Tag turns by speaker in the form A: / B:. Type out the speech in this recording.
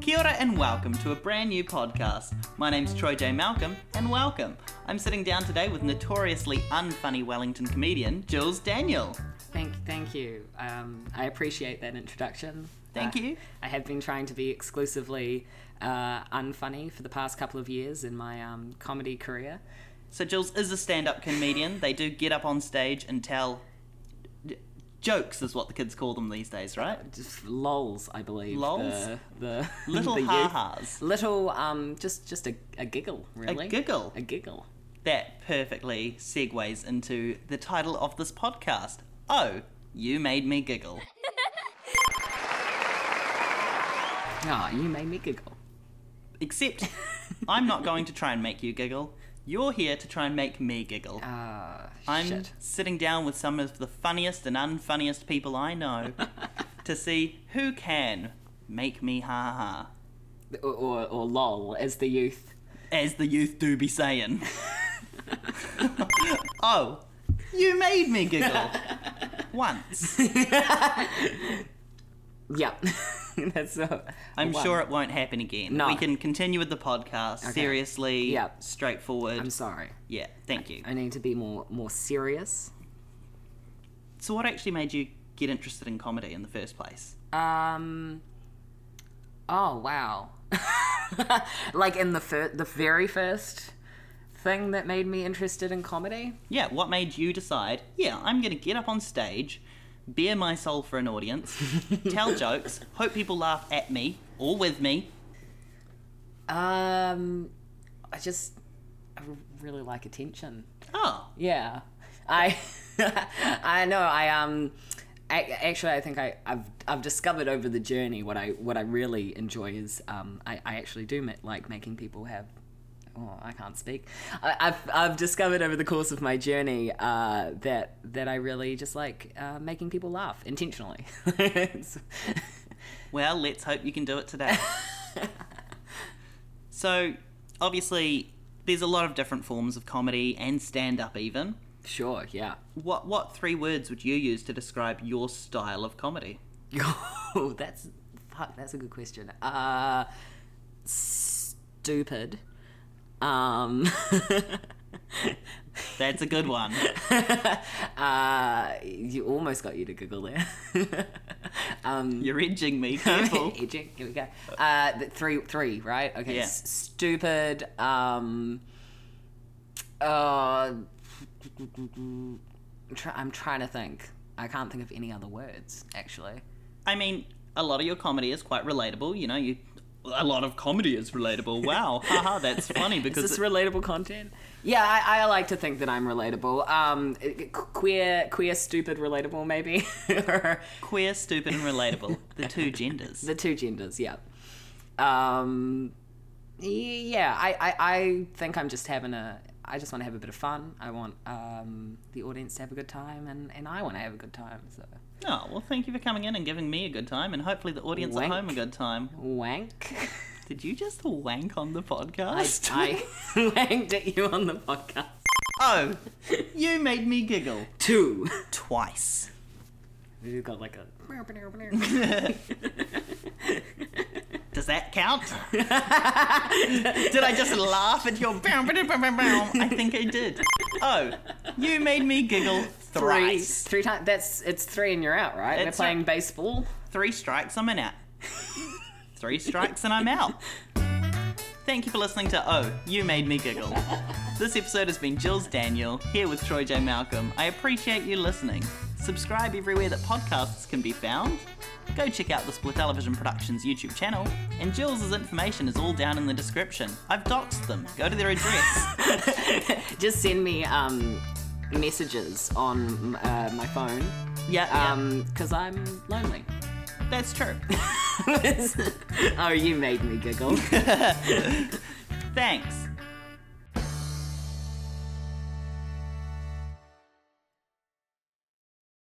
A: Kia ora and welcome to a brand new podcast. My name's Troy J. Malcolm, and welcome. I'm sitting down today with notoriously unfunny Wellington comedian Jules Daniel.
B: Thank, thank you. Um, I appreciate that introduction.
A: Thank
B: I-
A: you.
B: I have been trying to be exclusively uh, unfunny for the past couple of years in my um, comedy career.
A: So, Jules is a stand up comedian. They do get up on stage and tell j- jokes, is what the kids call them these days, right?
B: Just lols, I believe.
A: Lols?
B: The, the
A: Little
B: the youth.
A: ha ha's.
B: Little, um, just just a, a giggle, really.
A: giggle.
B: A giggle.
A: That perfectly segues into the title of this podcast Oh, You Made Me Giggle.
B: Ah, you made me giggle.
A: Except, I'm not going to try and make you giggle. You're here to try and make me giggle.
B: Ah,
A: I'm
B: shit.
A: sitting down with some of the funniest and unfunniest people I know to see who can make me ha ha.
B: Or, or, or lol, as the youth.
A: As the youth do be saying. oh, you made me giggle. Once.
B: Yeah. That's a,
A: I'm
B: one.
A: sure it won't happen again.
B: No.
A: We can continue with the podcast seriously,
B: Yeah.
A: straightforward.
B: I'm sorry.
A: yeah, thank you.
B: I need to be more more serious.
A: So, what actually made you get interested in comedy in the first place?
B: Um. Oh wow! like in the fir- the very first thing that made me interested in comedy.
A: Yeah, what made you decide, yeah, I'm going to get up on stage, bare my soul for an audience, tell jokes, hope people laugh at me or with me?
B: Um, I just I r- really like attention.
A: Oh,
B: Yeah, I I know I um. ac- Actually, I think I, I've I've discovered over the journey what I what I really enjoy is um, I, I actually do ma- like making people have oh I can't speak I, I've I've discovered over the course of my journey uh, that that I really just like uh, making people laugh intentionally. It's-
A: well, let's hope you can do it today. so, obviously, there's a lot of different forms of comedy and stand up, even.
B: sure, yeah.
A: What, what three words would you use to describe your style of comedy?
B: Oh, that's fuck. That's a good question. Uh, stupid. Um,
A: That's a good one.
B: uh, you almost got you to giggle there. um,
A: You're edging me, careful.
B: Edging, here we go. Uh, the three, three, right? Okay.
A: Yeah.
B: S- stupid. Um, uh, try, I'm trying to think. I can't think of any other words actually.
A: I mean, a lot of your comedy is quite relatable. You know, you a lot of comedy is relatable. Wow, haha, that's funny because
B: Is this relatable content? Yeah, I, I like to think that I'm relatable. Um, qu- queer, queer, stupid, relatable, maybe. Or
A: queer, stupid, and relatable. The two genders.
B: the two genders, yeah. Um, y- yeah, I, I, I think I'm just having a. I just want to have a bit of fun. I want um, the audience to have a good time, and, and I want to have a good time. So
A: Oh well, thank you for coming in and giving me a good time, and hopefully the audience
B: Wank.
A: at home a good time.
B: wank.
A: Did you just wank on the
B: I,
A: podcast?
B: I wanked at you on the podcast
A: oh, you made me giggle
B: too.
A: twice.
B: You got like a.
A: Does that count? did I just laugh at your? bow, bow, bow, bow, bow? I think I did. Oh, you made me giggle thrice.
B: Three times. That's it's three and you're out, right?
A: That's
B: We're playing
A: right.
B: baseball.
A: Three strikes, I'm in out. Three strikes, and I'm out. Thank you for listening to Oh, You Made Me Giggle. This episode has been Jules Daniel, here with Troy J. Malcolm. I appreciate you listening. Subscribe everywhere that podcasts can be found. Go check out the Split Television Productions YouTube channel, and Jules' information is all down in the description. I've doxed them. Go to their address.
B: Just send me um, messages on uh, my phone
A: yeah, yeah,
B: because I'm lonely.
A: that's true.
B: oh, you made me giggle.
A: Thanks.